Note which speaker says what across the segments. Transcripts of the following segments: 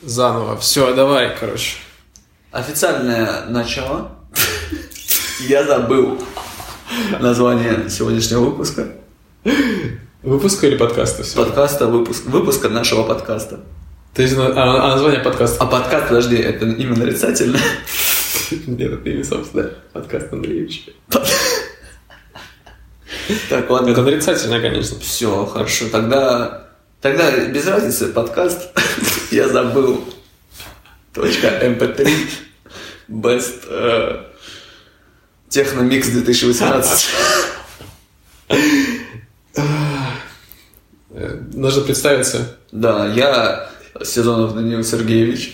Speaker 1: Заново. Все, давай, короче.
Speaker 2: Официальное начало. Я забыл название сегодняшнего выпуска.
Speaker 1: Выпуск или подкаста все?
Speaker 2: Подкаста, выпуск, выпуска нашего подкаста.
Speaker 1: То есть, на- а, а название подкаста?
Speaker 2: А подкаст, подожди, это именно нарицательное?
Speaker 1: Нет, это не собственно. Подкаст Андреевич.
Speaker 2: Так, ладно.
Speaker 1: Это нарицательно, конечно.
Speaker 2: Все, хорошо. Тогда, тогда без разницы, подкаст я забыл. Точка mp3 best э, техномикс 2018.
Speaker 1: Э, Нужно представиться.
Speaker 2: Да, я Сезонов Данил Сергеевич.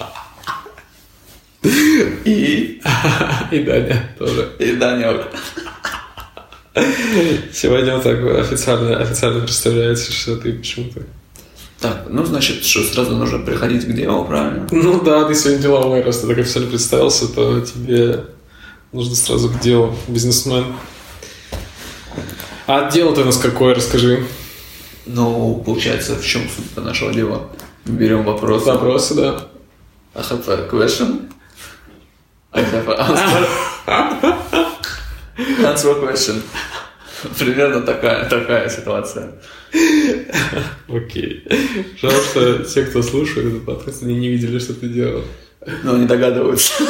Speaker 2: И,
Speaker 1: И Даня тоже.
Speaker 2: и Даня.
Speaker 1: Сегодня он так официально, официально представляется, что ты почему-то...
Speaker 2: Так, ну значит, что сразу нужно приходить к делу, правильно?
Speaker 1: Ну да, ты сегодня деловой, раз ты так официально представился, то тебе нужно сразу к делу, бизнесмен. А дело ты у нас какое, расскажи.
Speaker 2: Ну, получается, в чем суть нашего дела? Берем вопрос.
Speaker 1: Запросы, да.
Speaker 2: I have a question. I have an answer. Answer question. Примерно такая, такая ситуация.
Speaker 1: Окей. Жалко, что те, кто слушает этот подкаст, они не видели, что ты делал.
Speaker 2: Но не Ну, догадываются.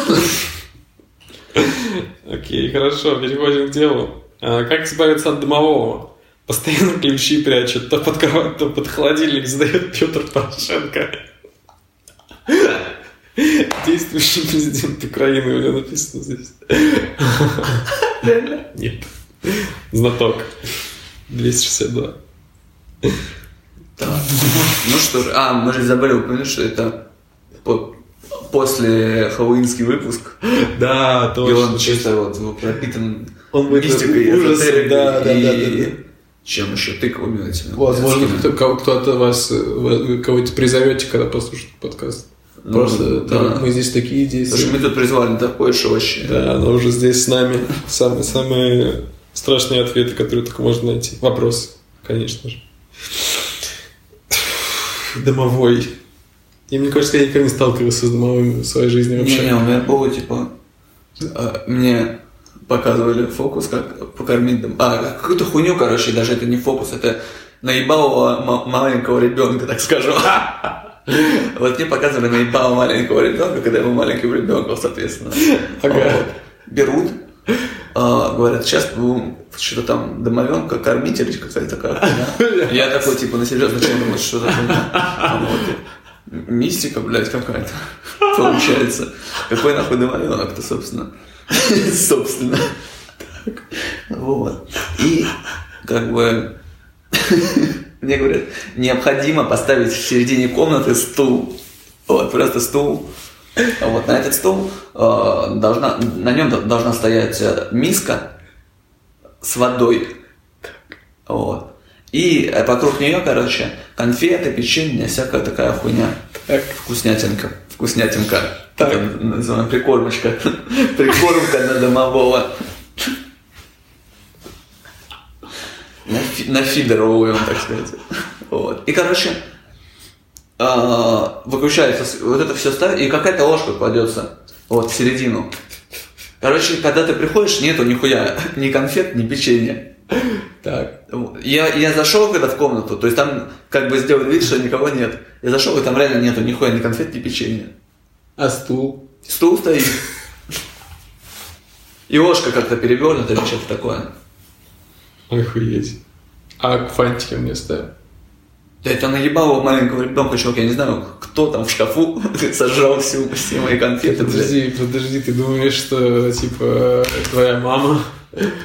Speaker 1: Окей, хорошо, переходим к делу. А, как избавиться от домового? Постоянно ключи прячет, то под кровать, то под холодильник сдает Петр Порошенко. Действующий президент Украины, у него написано здесь.
Speaker 2: Реально?
Speaker 1: Нет. Знаток. 262.
Speaker 2: Так. Ну что же, а, мы же забыли упомянуть, что это по- после хэллоуинский выпуск.
Speaker 1: Да,
Speaker 2: И он чисто вот ну, пропитан
Speaker 1: Он будет
Speaker 2: мистикой,
Speaker 1: ужасом,
Speaker 2: эзотерикой
Speaker 1: да, да,
Speaker 2: и
Speaker 1: да, да, да.
Speaker 2: чем еще тыквами этими.
Speaker 1: Возможно,
Speaker 2: мерзкими.
Speaker 1: кто- кого- кто-то вас, э, вы кого-то призовете, когда послушает подкаст.
Speaker 2: Ну,
Speaker 1: Просто
Speaker 2: да.
Speaker 1: там, мы здесь такие
Speaker 2: Потому что
Speaker 1: действия.
Speaker 2: мы тут призвали такое, что вообще...
Speaker 1: Да, она уже здесь с нами. Самые, самые страшные ответы, которые только можно найти. Вопрос, конечно же. Домовой. И мне кажется, я никогда не сталкивался с домовым в своей жизни вообще.
Speaker 2: Не-не, у меня было, типа, э, мне показывали фокус, как покормить дом. А, какую-то хуйню, короче, даже это не фокус, это наебалого ма- маленького ребенка, так скажу. Вот мне показывали наебалого маленького ребенка, когда я был маленьким ребенком, соответственно.
Speaker 1: Ага.
Speaker 2: Вот. Берут, а, говорят, сейчас что-то там домовенка, кормить или какая-то такая хуйня». Я такой, типа, на серьезно, чем думаешь, что за хуйня? А вот, м- Мистика, блядь, какая-то. Получается. Какой нахуй домовенок-то, собственно? Собственно. Вот. И, как бы, мне говорят, необходимо поставить в середине комнаты стул. Вот, просто стул. А Вот, на этот стул э, должна, на нем должна стоять э, миска с водой. Вот. И э, вокруг нее, короче, конфеты, печенье, всякая такая хуйня.
Speaker 1: Так.
Speaker 2: Вкуснятинка. Вкуснятинка.
Speaker 1: Так.
Speaker 2: Это называем прикормочка. Прикормка на домового. На, фи- на фидеровую, так сказать. Вот. И, короче, э, выключается с- вот это все ставит, и какая-то ложка кладется вот в середину. Короче, когда ты приходишь, нету нихуя, ни конфет, ни печенья.
Speaker 1: Так.
Speaker 2: Я, я зашел когда в комнату, то есть там как бы сделали вид, что никого нет. Я зашел, и там реально нету нихуя, ни конфет, ни печенья.
Speaker 1: А стул?
Speaker 2: Стул стоит. И ложка как-то перевернута или что-то такое.
Speaker 1: Охуеть. А фантики мне ставил.
Speaker 2: Да это наебало маленького ребенка, чувак, я не знаю, кто там в шкафу сожрал всю, все мои конфеты, блядь.
Speaker 1: Подожди, подожди, ты думаешь, что, типа, твоя мама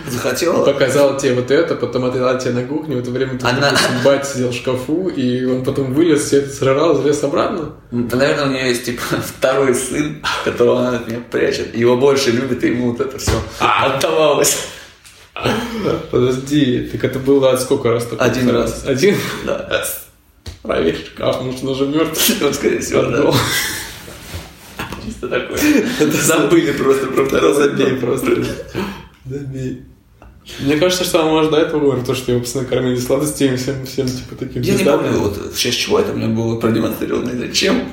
Speaker 2: Захотела?
Speaker 1: показала тебе вот это, потом отдала тебе на кухню, в это время ты,
Speaker 2: Она-
Speaker 1: допустим, бать сидел в шкафу, и он потом вылез, все это сожрал, залез обратно?
Speaker 2: Наверное, у нее есть типа второй сын, которого она от меня прячет. Его больше любит, и ему вот это все отдавалось.
Speaker 1: Подожди, так это было от сколько раз? такое?
Speaker 2: Один раз.
Speaker 1: Один?
Speaker 2: Да.
Speaker 1: Проверь шкаф, может, он уже мертв.
Speaker 2: Вот, скорее
Speaker 1: Ну
Speaker 2: всего, да. Чисто такое. Забыли просто про второго забей просто.
Speaker 1: Забей. Мне кажется, что она может до этого говорить, то, что его постоянно кормили сладостями, всем, всем, типа, таким
Speaker 2: Я не
Speaker 1: пиздатым.
Speaker 2: помню, вот в честь чего это мне было продемонстрировано и зачем.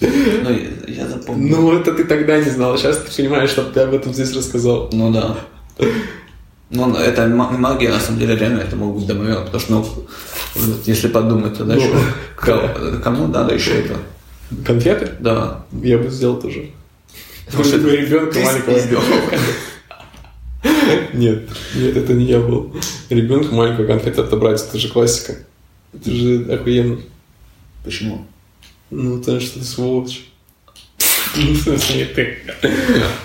Speaker 2: Ну, я- я запомнил.
Speaker 1: Ну, это ты тогда не знал, сейчас ты понимаешь, что ты об этом здесь рассказал.
Speaker 2: Ну да. Ну, это ма- магия, на самом деле, реально это могут быть домовенок, потому что, ну, вот если подумать, тогда
Speaker 1: Ну,
Speaker 2: еще кого- кому надо еще это?
Speaker 1: Конфеты?
Speaker 2: Да.
Speaker 1: Я бы сделал тоже. Потому
Speaker 2: что
Speaker 1: что
Speaker 2: это
Speaker 1: ребенка
Speaker 2: ты
Speaker 1: маленького.
Speaker 2: спиздил.
Speaker 1: Нет, нет, это не я был. Ребенку маленькую конфету отобрать, это же классика. Это же охуенно.
Speaker 2: Почему?
Speaker 1: Ну, потому что ты сволочь. Ну, в смысле, не ты.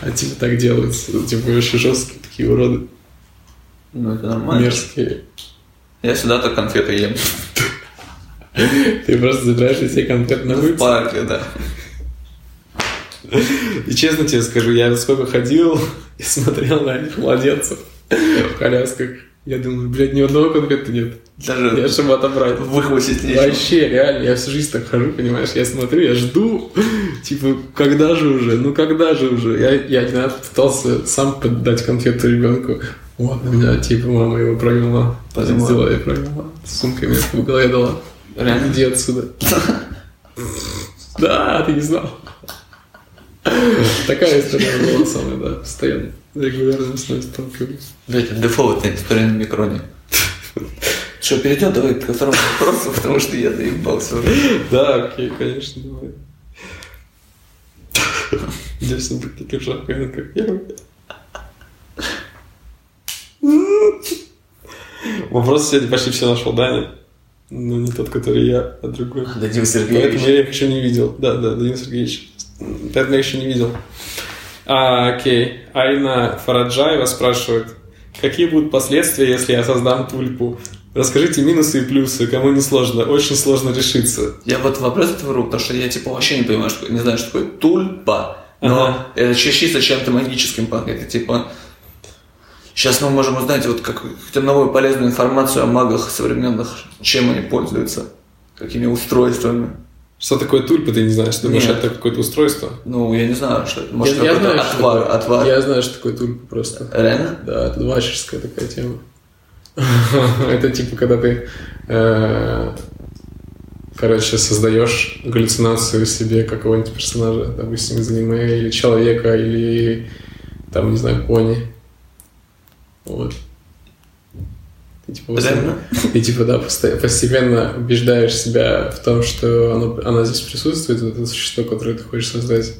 Speaker 1: А типа так делаются. Типа очень жесткие такие уроды.
Speaker 2: Ну, это нормально.
Speaker 1: Мерзкие.
Speaker 2: Я всегда так конфеты ем.
Speaker 1: Ты просто забираешь все конфеты на
Speaker 2: В
Speaker 1: улицу.
Speaker 2: парке, да.
Speaker 1: И честно тебе скажу, я сколько ходил и смотрел на этих младенцев в колясках. Я думаю, блядь, ни одного конфета нет. Я
Speaker 2: Даже
Speaker 1: чтобы отобрать.
Speaker 2: выхватить нечего.
Speaker 1: Вообще, реально, я всю жизнь так хожу, понимаешь, я смотрю, я жду, типа, когда же уже, ну когда же уже. Я, я не раз пытался сам поддать конфету ребенку. Вот, у меня, типа, мама его провела.
Speaker 2: Поняла.
Speaker 1: Взяла и провела. Сумка мне в голове дала.
Speaker 2: Реально?
Speaker 1: Иди отсюда. Да, ты не знал. Такая история была со мной, да, постоянно. Регулярно с ней сталкиваюсь.
Speaker 2: Блять, это дефолтная история на микроне. Что, перейдем давай ко второму вопросу, потому что я заебался уже.
Speaker 1: Да, окей, конечно, давай. Я все-таки кишака, как первый. Вопрос сегодня почти все нашел Даня. Ну, не тот, который я, а другой.
Speaker 2: Дадим
Speaker 1: Поэтому
Speaker 2: Сергеевич.
Speaker 1: я их еще не видел. Да, да, Данил Сергеевич. Поэтому я еще не видел. А, окей. Айна Фараджаева спрашивает, какие будут последствия, если я создам тульпу? Расскажите минусы и плюсы, кому не сложно. Очень сложно решиться.
Speaker 2: Я вот вопрос этот вру, потому что я типа вообще не понимаю, что, не знаю, что такое тульпа. Но
Speaker 1: Ага.
Speaker 2: это чис- чисто чем-то магическим пахнет. Это типа... Сейчас мы можем узнать вот как, какую-то новую полезную информацию о магах современных, чем они пользуются, какими устройствами.
Speaker 1: Что такое тульпа, ты не знаешь? Думаешь,
Speaker 2: Нет.
Speaker 1: это какое-то устройство?
Speaker 2: Ну, я не знаю, что это. Может, какой-то отвар,
Speaker 1: такое,
Speaker 2: отвар.
Speaker 1: я знаю, что такое тульпа просто.
Speaker 2: Реально?
Speaker 1: Да, это вачерская такая тема. Это типа, когда ты, э, короче, создаешь галлюцинацию себе какого-нибудь персонажа, допустим, из аниме, или человека, или, там, не знаю, пони. Вот. И типа, вот
Speaker 2: Реально?
Speaker 1: и типа, да, посто- постепенно убеждаешь себя в том, что оно, она здесь присутствует, вот это существо, которое ты хочешь создать.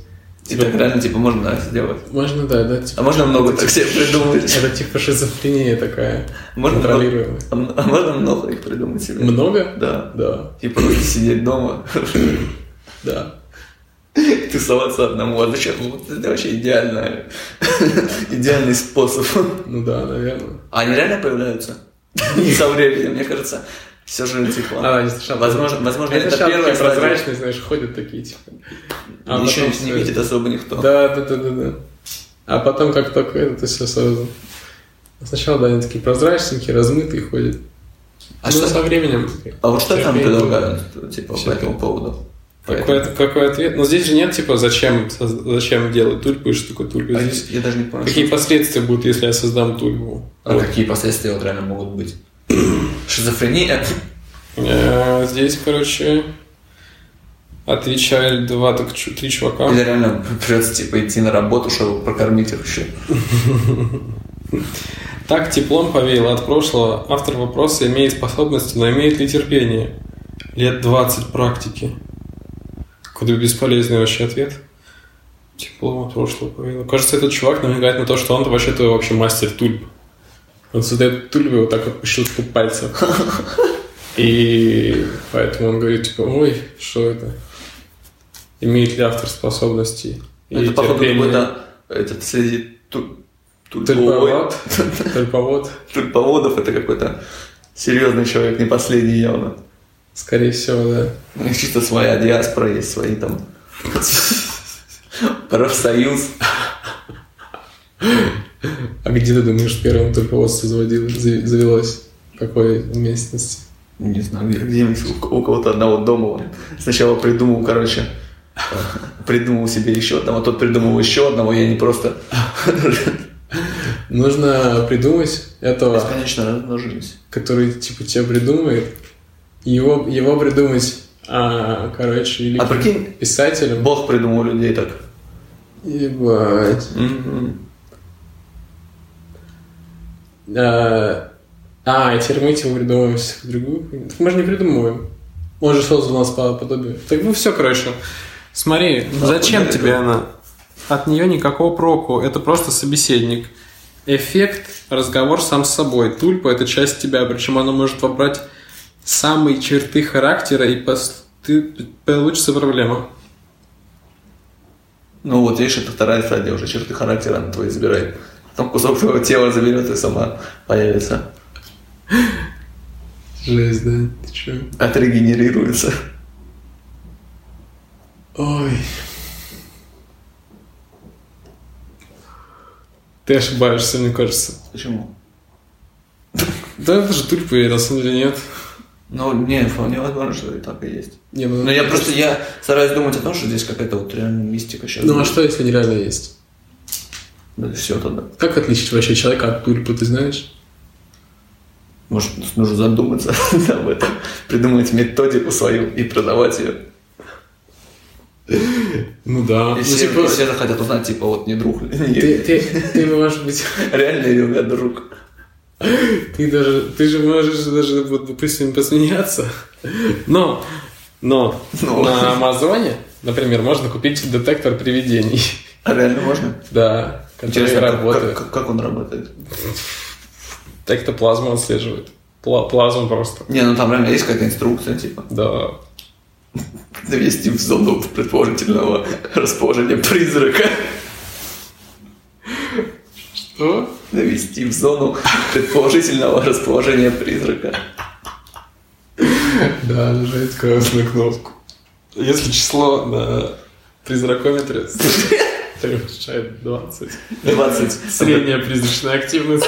Speaker 2: И так реально, типа, можно это сделать.
Speaker 1: Можно, да, да.
Speaker 2: А
Speaker 1: Типа,
Speaker 2: можно много так себе придумать?
Speaker 1: это типа шизофрения такая,
Speaker 2: Можно много,
Speaker 1: контролируемая.
Speaker 2: а м- а можно много их придумать себе?
Speaker 1: Много?
Speaker 2: Да.
Speaker 1: Да,
Speaker 2: Типа, нужно сидеть дома,
Speaker 1: да.
Speaker 2: тусоваться одному. А зачем? Вот Это вообще идеально. Идеальный способ.
Speaker 1: Ну да, наверное.
Speaker 2: А они реально появляются? Со временем, мне кажется. Все же, типа...
Speaker 1: А, не слышал.
Speaker 2: Возможно, возможно
Speaker 1: это,
Speaker 2: это
Speaker 1: шапки
Speaker 2: первая стадия.
Speaker 1: прозрачные, знаешь, ходят такие, типа. А
Speaker 2: Ничего
Speaker 1: потом
Speaker 2: не
Speaker 1: всё-
Speaker 2: видит особо никто.
Speaker 1: Да, да, да, да, да. А потом как только это, то все сразу. Сначала, да, они такие прозрачненькие, размытые ходят.
Speaker 2: А
Speaker 1: Ну,
Speaker 2: что
Speaker 1: со временем?
Speaker 2: А вот что там
Speaker 1: терпение.
Speaker 2: предлагают, типа, по
Speaker 1: Всё
Speaker 2: этому поводу?
Speaker 1: Какой, какой ответ? Но здесь же нет, типа, зачем, зачем делать тульпу и что такое тульпа.
Speaker 2: А
Speaker 1: Здесь
Speaker 2: Я даже не понял.
Speaker 1: какие последствия будут, если я создам тульпу?
Speaker 2: А
Speaker 1: Вот.
Speaker 2: какие последствия вот реально могут быть? Шизофрения?
Speaker 1: Э, Здесь, короче, отвечали два, так, чу- три чувака.
Speaker 2: Или реально придется типа идти на работу, чтобы прокормить их еще?
Speaker 1: Так теплом повеяло от прошлого. Автор вопроса имеет способности, но имеет ли терпение? Лет 20 практики. Какой-то бесполезный вообще ответ. Теплом от прошлого повеяло. Кажется, этот чувак намекает на то, что он вообще-то вообще мастер тульп. Он создает тульпы вот так вот по щелчку пальцев. И поэтому он говорит, типа, ой, что это? Имеет ли автор способности? и
Speaker 2: Это походу
Speaker 1: терпение?»
Speaker 2: какой-то этот среди ту- тульповой-
Speaker 1: Тульповод. Тульповод.
Speaker 2: тульповодов это какой-то серьезный человек, не последний явно.
Speaker 1: Скорее всего, да.
Speaker 2: У них чисто своя диаспора есть, свои там профсоюз.
Speaker 1: А где ты думаешь, первым тульповодство заводил, за- завелось? В какой местности?
Speaker 2: Не знаю, где- где-нибудь у, у кого-то одного дома. он Сначала придумал, короче, придумал себе еще одного, а тот придумал еще одного, и они просто
Speaker 1: Нужно придумать этого,
Speaker 2: бесконечно размножились.
Speaker 1: который типа тебя придумает, и его, его придумать, А, короче, или
Speaker 2: А прикинь,
Speaker 1: писателем.
Speaker 2: Бог придумал людей так.
Speaker 1: Ебать.
Speaker 2: Мгм.
Speaker 1: А, а, и теперь мы этим придумываемся к другую. Так мы же не придумываем. Он же создал нас по подобию. Так ну все, короче. Смотри, зачем
Speaker 2: да,
Speaker 1: тебе
Speaker 2: да.
Speaker 1: Ну, она? От нее никакого проку. Это просто собеседник. Эффект – разговор сам с собой. Тульпа – это часть тебя, причем она может вобрать самые черты характера, и пос- ты- получится проблема.
Speaker 2: Ну вот, видишь, это вторая стадия уже, черты характера она твой забирает. Потом кусок твоего тела заберет и сама появится.
Speaker 1: Жесть, да? Ты че?
Speaker 2: Отрегенерируется.
Speaker 1: Ой. Ты ошибаешься, мне кажется.
Speaker 2: Почему?
Speaker 1: Да это же тульпы, на самом деле нет.
Speaker 2: Ну, не, вполне возможно, что и так и есть.
Speaker 1: Не, ну,
Speaker 2: Но я просто, я стараюсь думать о том, что здесь какая-то вот реально мистика сейчас.
Speaker 1: Ну а что, если они реально есть?
Speaker 2: все тогда.
Speaker 1: Как отличить вообще человека от тульпы, ты знаешь?
Speaker 2: Может, нужно задуматься об этом, придумать методику свою и продавать ее.
Speaker 1: Ну да.
Speaker 2: И
Speaker 1: Ну,
Speaker 2: все,
Speaker 1: типа,
Speaker 2: и все захотят узнать, типа, вот не друг ли, не-
Speaker 1: ты, ты, ты можешь быть...
Speaker 2: реально ли у меня друг.
Speaker 1: Ты даже... Ты же можешь даже, вот, допустим, посмеяться. Но... Но
Speaker 2: Ну.
Speaker 1: на Амазоне, например, можно купить детектор привидений.
Speaker 2: А реально можно?
Speaker 1: Да, который
Speaker 2: Интересно, как-
Speaker 1: работает.
Speaker 2: Как, как он работает?
Speaker 1: Так-то плазму отслеживает. Пла- плазму просто.
Speaker 2: Не, ну там реально есть какая-то инструкция, типа,
Speaker 1: Да.
Speaker 2: завести в зону предположительного расположения призрака.
Speaker 1: Что?
Speaker 2: Завести в зону предположительного расположения призрака.
Speaker 1: Да, нажать красную кнопку. Если число на призракометре превышает 20.
Speaker 2: 20.
Speaker 1: Средняя призрачная активность.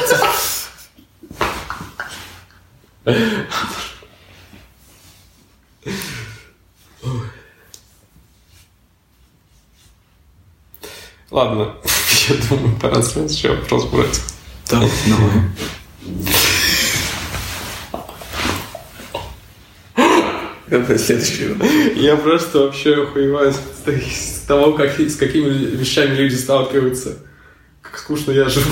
Speaker 1: Ладно, я думаю, пора следующий вопрос брать.
Speaker 2: Да, давай. Какой следующий вопрос?
Speaker 1: Я просто вообще охуеваю с та- с того, как, с какими вещами люди сталкиваются. Как скучно я живу.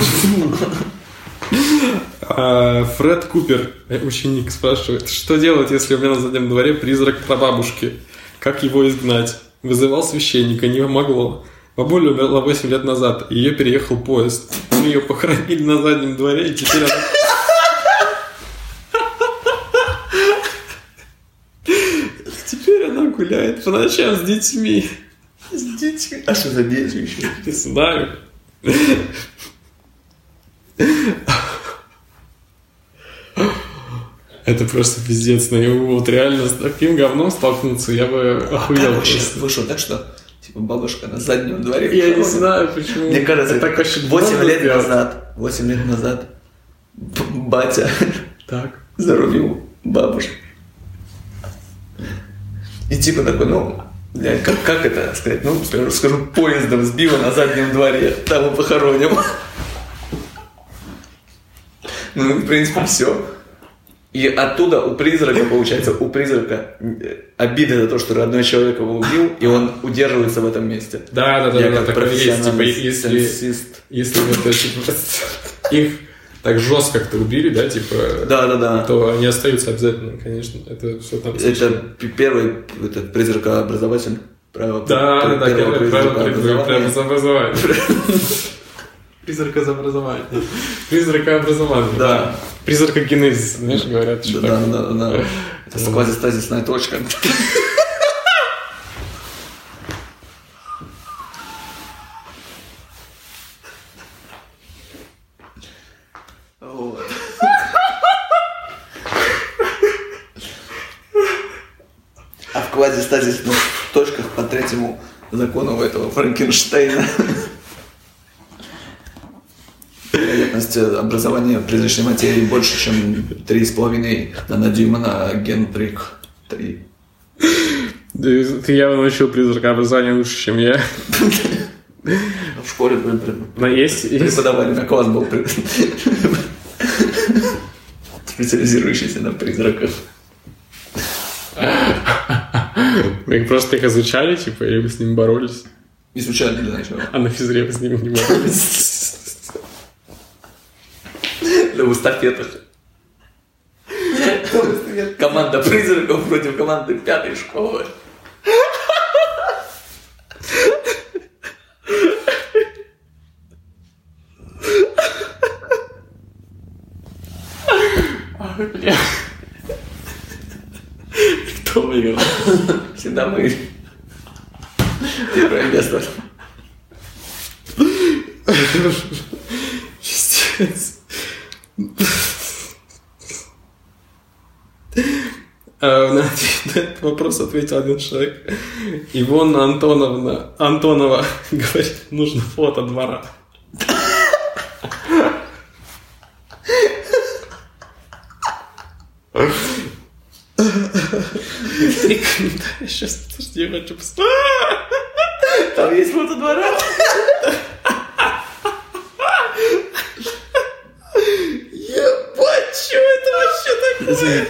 Speaker 1: А, Фред Купер, э, ученик, спрашивает, что делать, если у меня на заднем дворе призрак прабабушки? Как его изгнать? Вызывал священника, не помогло. Бабуля умерла 8 лет назад, и ее переехал поезд. Мы ее похоронили на заднем дворе, и теперь она... Теперь она гуляет по ночам с детьми.
Speaker 2: С детьми. А что за дети еще?
Speaker 1: Не знаю. Это просто пиздец. Ну, вот реально с таким говном столкнуться, я бы охуел
Speaker 2: Как вообще
Speaker 1: просто.
Speaker 2: вышло так, что типа бабушка на заднем дворе.
Speaker 1: Я не знаю, почему.
Speaker 2: Мне кажется,
Speaker 1: Это так вообще
Speaker 2: 8
Speaker 1: долго
Speaker 2: лет
Speaker 1: делать.
Speaker 2: назад, 8 лет назад б- батя
Speaker 1: Так.
Speaker 2: зарубил бабушку. И типа такой, ну, бля, как, как это сказать? Ну, скажу, скажу, поездом сбила на заднем дворе, там и похороним. Ну, в принципе, все. И оттуда у призрака, получается, у призрака э, обида за то, что родной человек его убил, и он удерживается в этом месте.
Speaker 1: Да, да, да,
Speaker 2: Я
Speaker 1: да,
Speaker 2: как
Speaker 1: такое есть. Типа,
Speaker 2: профессиональный
Speaker 1: если,
Speaker 2: сенсист.
Speaker 1: если вот это, типа, их так жестко как-то убили, да, типа,
Speaker 2: Да, да, да.
Speaker 1: то они остаются обязательно, конечно. Это все там
Speaker 2: Это п- первый это, призракообразователь. Право,
Speaker 1: Да,
Speaker 2: пр-
Speaker 1: да, да,
Speaker 2: первого
Speaker 1: первое правило преобразования.
Speaker 2: призракообразования.
Speaker 1: Призракообразование. Призракообразование.
Speaker 2: Да.
Speaker 1: Призракогенезис, знаешь, говорят. что
Speaker 2: Да,
Speaker 1: так.
Speaker 2: да, да, да. Это квазистазисная точка. Вот. А в квазистазисных точках по третьему закону у этого Франкенштейна вероятность образования призрачной материи больше, чем 3,5 нанодюйма на гентрик 3.
Speaker 1: Ты ты явно научил призракообразование лучше, чем я.
Speaker 2: В школе блин, блин,
Speaker 1: Но есть... есть-
Speaker 2: преподаватель на класс был при- специализирующийся на призраках.
Speaker 1: Вы просто их изучали, типа, или вы с ним боролись?
Speaker 2: Изучали для начала.
Speaker 1: А на физре вы с ним не боролись?
Speaker 2: Да в эстафетах. Команда призраков против команды пятой школы.
Speaker 3: Ой, бля. Кто выиграл?
Speaker 2: Всегда мы. Первый инвестор.
Speaker 1: Пиздец. Э, На ответ- на этот вопрос ответил один человек. Ивона Антоновна Антонова говорит, нужно фото двора. Три комментария. Сейчас, подожди, я хочу А! посмотреть.
Speaker 2: Там есть фото двора.
Speaker 1: Ебать, что это вообще такое?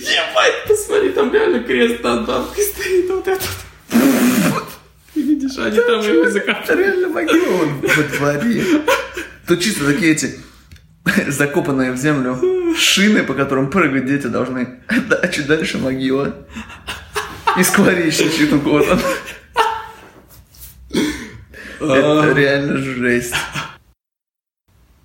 Speaker 1: Ебать, посмотри, там реально крест над бабкой стоит вот этот. Ты Видишь, они там его закопали.
Speaker 2: реально могила он во дворе. Тут чисто такие эти закопанные в землю шины, по которым прыгать дети должны. Да, а чуть дальше могила. И скворечничает у кого-то. Это реально жесть.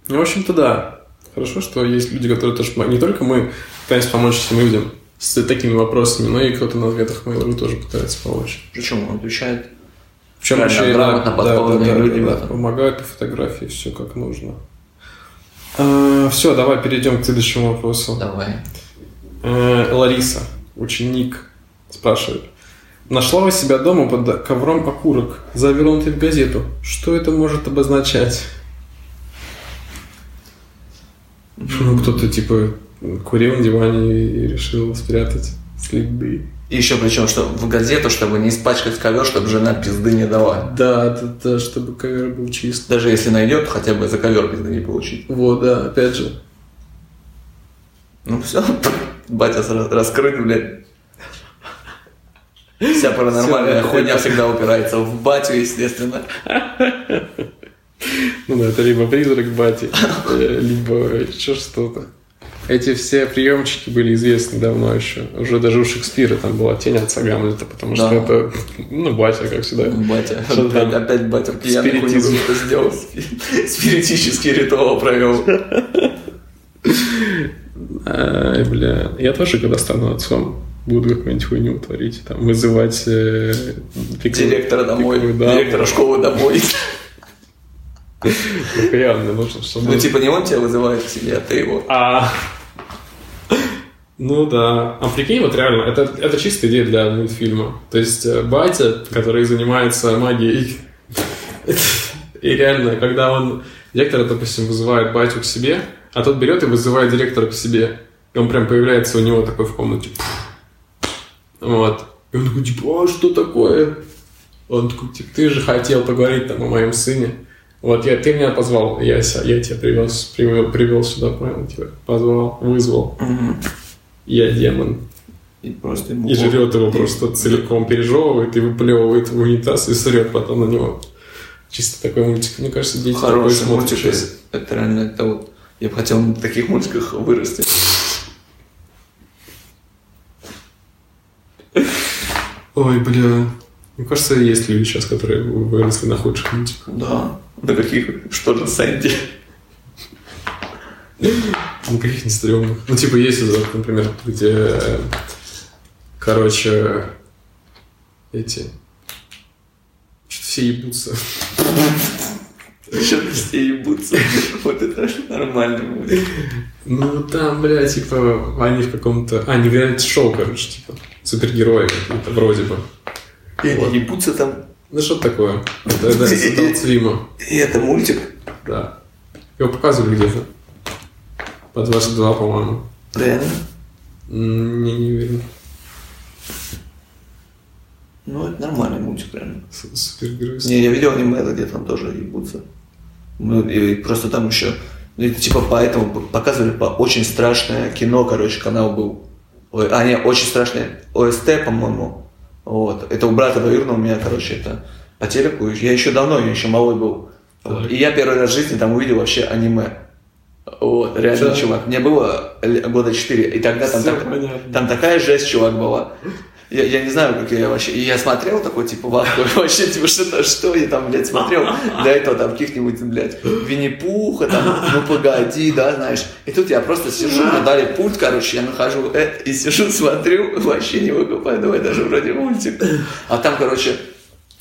Speaker 1: Ну, в общем-то, да. Хорошо, что есть люди, которые тоже помогают. Не только мы пытаемся помочь этим людям с такими вопросами, но и кто-то на ответах Mail.ru тоже пытается помочь.
Speaker 2: Причем он отвечает
Speaker 1: Причем
Speaker 2: Правильно,
Speaker 1: и да,
Speaker 2: грамотно
Speaker 1: да,
Speaker 2: подкованные
Speaker 1: да,
Speaker 2: люди
Speaker 1: да,
Speaker 2: в
Speaker 1: да,
Speaker 2: этом.
Speaker 1: помогают по фотографии, все как нужно. все, давай перейдем к следующему вопросу.
Speaker 2: Давай.
Speaker 1: Э, Лариса, ученик, спрашивает. Нашла у себя дома под ковром окурок, завернутый в газету. Что это может обозначать? Ну, кто-то, типа, курил на диване и решил спрятать следы.
Speaker 2: И еще причем, что в газету, чтобы не испачкать ковер, чтобы жена пизды не дала.
Speaker 1: Да, да, да, чтобы ковер был чист.
Speaker 2: Даже если найдет, то хотя бы за ковер пизды не получить.
Speaker 1: Вот, да, опять же.
Speaker 2: Ну все, батя сразу раскрыт, блядь. Вся паранормальная
Speaker 1: Всё,
Speaker 2: хуйня всегда упирается в батю, естественно.
Speaker 1: Ну да, это либо призрак бати, э, либо еще что-то. Эти все приемчики были известны давно еще. Уже даже у Шекспира там была тень отца Гамлета, потому что
Speaker 2: Да.
Speaker 1: это, ну, батя, как всегда.
Speaker 2: Батя.
Speaker 1: Что
Speaker 2: Опять,
Speaker 1: там?
Speaker 2: опять батя пьяный хуйню
Speaker 1: Спиритизм.
Speaker 2: какую-то сделал. Спи- Спиритический ритуал провел.
Speaker 1: Ай, Э, бля. Я тоже, когда стану отцом, буду какую-нибудь хуйню творить, там, вызывать... э, пиковую-
Speaker 2: Директора домой.
Speaker 1: пиковую даму.
Speaker 2: Директора школы домой.
Speaker 1: Так реально нужно, чтобы...
Speaker 2: Ну типа не он тебя вызывает к себе, а ты его.
Speaker 1: А... Ну да. А прикинь, вот реально, это, это чистая идея для мультфильма. То есть э, батя, который занимается магией, и реально, когда он директора, допустим, вызывает батю к себе, а тот берет и вызывает директора к себе. И он прям появляется у него такой в комнате. Вот. И он такой, типа, а что такое? Он такой, типа, ты же хотел поговорить там о моем сыне. Вот я, ты меня позвал, я, ся- я тебя привез, привел, привел сюда, понял, тебя позвал, вызвал. Я демон.
Speaker 2: И просто
Speaker 1: И жрет его просто целиком, пережевывает и выплевывает в унитаз и срет потом на него. Чисто такой мультик. Мне кажется, дети такой
Speaker 2: Хороший
Speaker 1: смотрят
Speaker 2: мультик.
Speaker 1: сейчас.
Speaker 2: Это реально, это вот... Я бы хотел на таких мультиках вырасти.
Speaker 1: Ой, бля. Мне кажется, есть люди сейчас, которые выросли на худших мультиках.
Speaker 2: Да. На каких? Что же, Сэнди?
Speaker 1: Ну, каких не стрёмных. Ну, типа, есть, вот, например, где, э, короче, эти... Что-то все ебутся.
Speaker 2: Еще все ебутся. Вот это нормально будет.
Speaker 1: Ну, там, бля, типа, они в каком-то... А, невероятное шоу, короче, типа, супергерои какие-то, вроде бы.
Speaker 2: И
Speaker 1: Вот.
Speaker 2: они ебутся там.
Speaker 1: Ну, что такое? Это, это из Adult Swim'а,
Speaker 2: И это мультик.
Speaker 1: да. Его показывали где-то. По 22, по-моему.
Speaker 2: Реально.
Speaker 1: М, Не, не уверен.
Speaker 2: Ну, это нормальный мультик, реально.
Speaker 1: С- Супергерои.
Speaker 2: Не, я видел аниме, где там тоже ебутся. Ну, и просто там еще... Ну, и типа поэтому показывали по очень страшное кино, короче, канал был. Ой, а, не, очень страшное. ОСТ, по-моему. Вот. Это у брата двоюродного у меня, короче, это по телеку. Я еще давно, я еще малой был. Вот.
Speaker 1: Так.
Speaker 2: И я первый раз в жизни там увидел вообще аниме. Вот, реально,
Speaker 1: Да.
Speaker 2: чувак. Мне было л- года 4, и тогда там,
Speaker 1: Всё
Speaker 2: так-
Speaker 1: понятно.
Speaker 2: там такая жесть, чувак, была. Я, я не знаю, как я вообще... И я смотрел такой, типа, в ахуе, вообще, типа, что-то, что я там, блядь, смотрел. До этого там каких-нибудь, блядь, Винни-Пуха, там, ну погоди, да, знаешь. И тут я просто сижу, мне дали пульт, короче, я нахожу это, и сижу, смотрю, вообще не выкупаю, давай даже вроде мультик. А там, короче,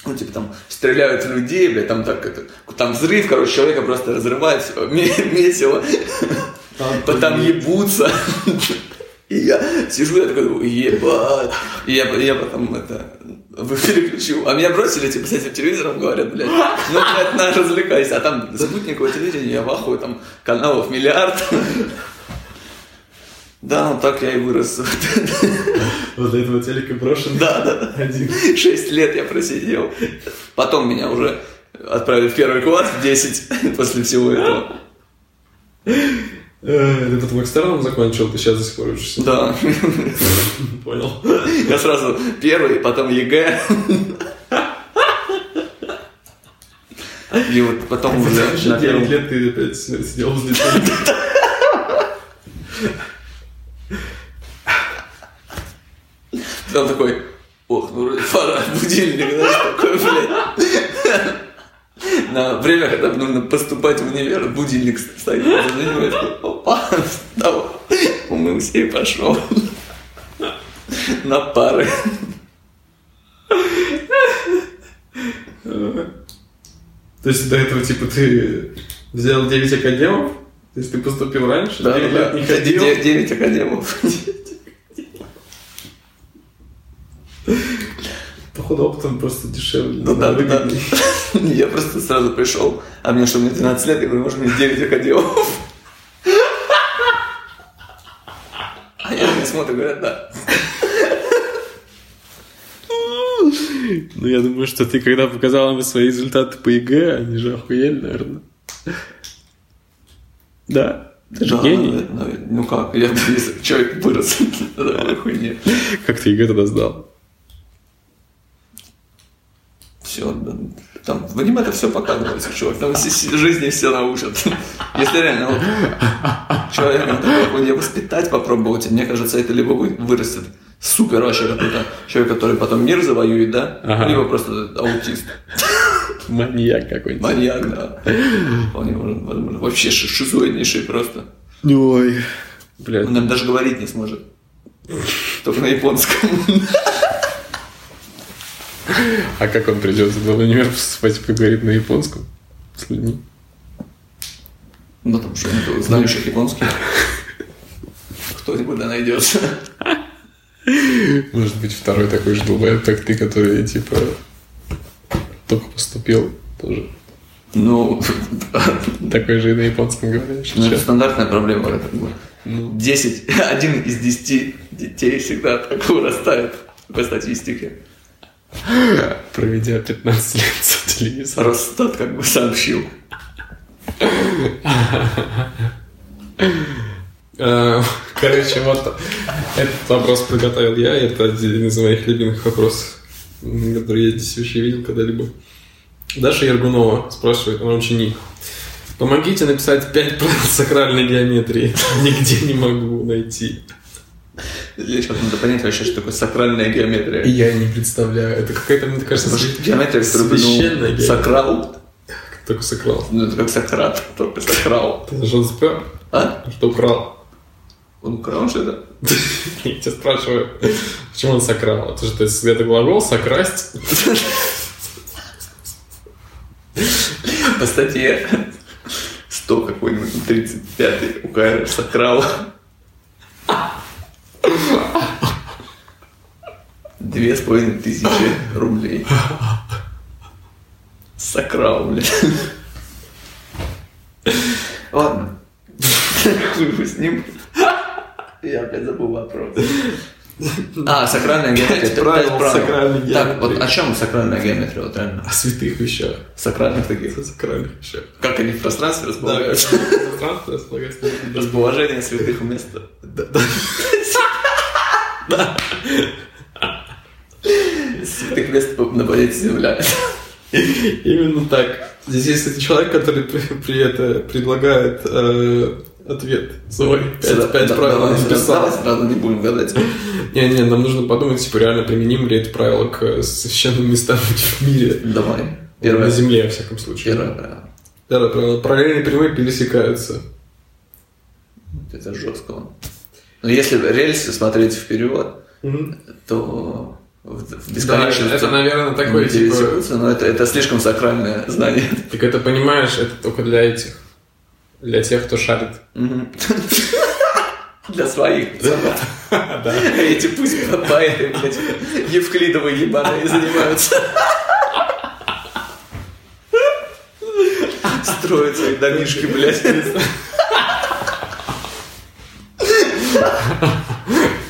Speaker 2: ну, типа там стреляют в людей, блядь, там так это, там взрыв, короче, человека просто разрывает, всё, ме- месиво, а, потом ебутся. И я сижу, я такой, думаю, ебать. И я, я потом это вы- переключил. А меня бросили, типа, с этим телевизором, говорят, блядь, ну, блядь, на, развлекайся. А там спутниковое телевидение, я в ахуе, там каналов миллиард. Да, ну так я и вырос.
Speaker 1: Вот до этого телека брошен.
Speaker 2: Да, да, да.
Speaker 1: Один.
Speaker 2: Шесть лет я просидел. Потом меня уже отправили в первый класс в 10 после всего этого.
Speaker 1: Э, Ты потом экстерном закончил, ты сейчас до сих пор учишься.
Speaker 2: Да.
Speaker 1: Понял.
Speaker 2: Я сразу первый, потом ЕГЭ. И вот потом уже на первом-
Speaker 1: 9 лет ты опять сидел возле телека.
Speaker 2: Потом такой, ох, ну вроде пора, будильник, знаешь, такой, блядь. На время, когда нужно поступать в универ, будильник стоит, зазвонивает, опа, встал, умылся и пошел. На пары.
Speaker 1: То есть до этого, типа, ты взял 9 академов, то есть ты поступил раньше, 9 лет не ходил.
Speaker 2: 9 академов.
Speaker 1: Походу, опытом просто дешевле.
Speaker 2: Ну да, да.
Speaker 1: выгоднее.
Speaker 2: Я просто сразу пришел, а мне что, мне 12 лет, я говорю, может, мне 9 академов. А я не смотрю, говорят, да.
Speaker 1: Ну, я думаю, что ты, когда показал им свои результаты по ЕГЭ, они же охуели, наверное. Да? Ты же
Speaker 2: Да,
Speaker 1: гений.
Speaker 2: навер- навер- Ну как, я если человек вырос на такой хуйне.
Speaker 1: Как ты ЕГЭ тогда сдал?
Speaker 2: Все, там в аниме это все показывается, чувак. Там си- си- жизни все научат. Если реально вот, человека на такой хуйне воспитать попробовать, мне кажется, это либо вы- вырастет супер вообще какой-то человек, который потом мир завоюет, да,
Speaker 1: Ага.
Speaker 2: либо просто аутист.
Speaker 1: Маньяк какой-нибудь.
Speaker 2: Маньяк, да. Вполне возможно. возможно. Вообще ши- шизоиднейший просто.
Speaker 1: Ой. Блядь.
Speaker 2: Он нам даже говорить не сможет. Только на японском.
Speaker 1: А как он придет в универ поступать и поговорить на японском? С людьми?
Speaker 2: Ну там что нибудь знающих японских. Кто-нибудь да найдется.
Speaker 1: Может быть, второй такой же долбоеб, как ты, который, типа, только поступил тоже.
Speaker 2: Ну,
Speaker 1: Такой же и на японском говоришь.
Speaker 2: ну, это
Speaker 1: сейчас.
Speaker 2: стандартная проблема. это как бы.
Speaker 1: Ну.
Speaker 2: 10, один из 10 детей всегда так вырастает по статистике.
Speaker 1: Проведя 15 лет за телевизором.
Speaker 2: Росстат как бы сообщил.
Speaker 1: Э, Короче, вот этот вопрос подготовил я, и это один из моих любимых вопросов, м, который я здесь вообще видел когда-либо. Даша Ергунова спрашивает, она ученик. Помогите написать 5 правил сакральной геометрии. Нигде не могу найти.
Speaker 2: Здесь вот надо понять вообще, что такое сакральная геометрия.
Speaker 1: Я не представляю. Это какая-то, мне кажется,
Speaker 2: Потому что геометрия, которую, ну,
Speaker 1: священная геометрия.
Speaker 2: Сокрал,
Speaker 1: Только сокрал.
Speaker 2: ну это как Сократ, только Сокрал.
Speaker 1: Ты же спер,
Speaker 2: А?
Speaker 1: что украл.
Speaker 2: Он украл что это?
Speaker 1: Я тебя спрашиваю, почему он сокрал? Это же то есть, это глагол сокрасть.
Speaker 2: По статье 100 какой-нибудь, 35 УК Сокрал. Две с половиной тысячи рублей. Сокрал, блядь. Ладно. Хуй бы с ним. Я, блядь, забыл вопрос. А, сакральная геометрия.
Speaker 1: Пять правил
Speaker 2: Пять правил.
Speaker 1: сакральной
Speaker 2: Так, вот а
Speaker 1: геометрии.
Speaker 2: о чем сакральная геометрия, вот реально?
Speaker 1: А святых еще.
Speaker 2: Сакральных таких.
Speaker 1: Сакральных еще.
Speaker 2: Как они в пространстве
Speaker 1: Да,
Speaker 2: располагаются?
Speaker 1: пространство располагается.
Speaker 2: Расположение святых мест. Святых мест на планете Земля.
Speaker 1: Именно так. Здесь есть этот человек, который при, при это предлагает э, ответ свой.
Speaker 2: Сюда.
Speaker 1: Пять, пять
Speaker 2: Да,
Speaker 1: правил
Speaker 2: давай, сразу-
Speaker 1: написал.
Speaker 2: Давай сразу не будем гадать.
Speaker 1: Не-не, нам нужно подумать, типа, реально применим ли это правило к э, священным местам в мире.
Speaker 2: Давай.
Speaker 1: На
Speaker 2: Первое.
Speaker 1: земле, во всяком случае.
Speaker 2: Первое правило.
Speaker 1: Первое правило. Параллельные прямые пересекаются.
Speaker 2: Это жестко. Но если рельсы смотреть вперед, то в, в бесконечность...
Speaker 1: Да, это, наверное,
Speaker 2: они
Speaker 1: такой, типа-
Speaker 2: пересекутся, но это, это слишком сакральное знание.
Speaker 1: Так это, понимаешь, это только для этих. Для тех, кто шарит.
Speaker 2: Мгм. Для своих. пацанов. Эти пусть поэты, блядь, евклидовые ебаные занимаются. Строят свои домишки, блядь.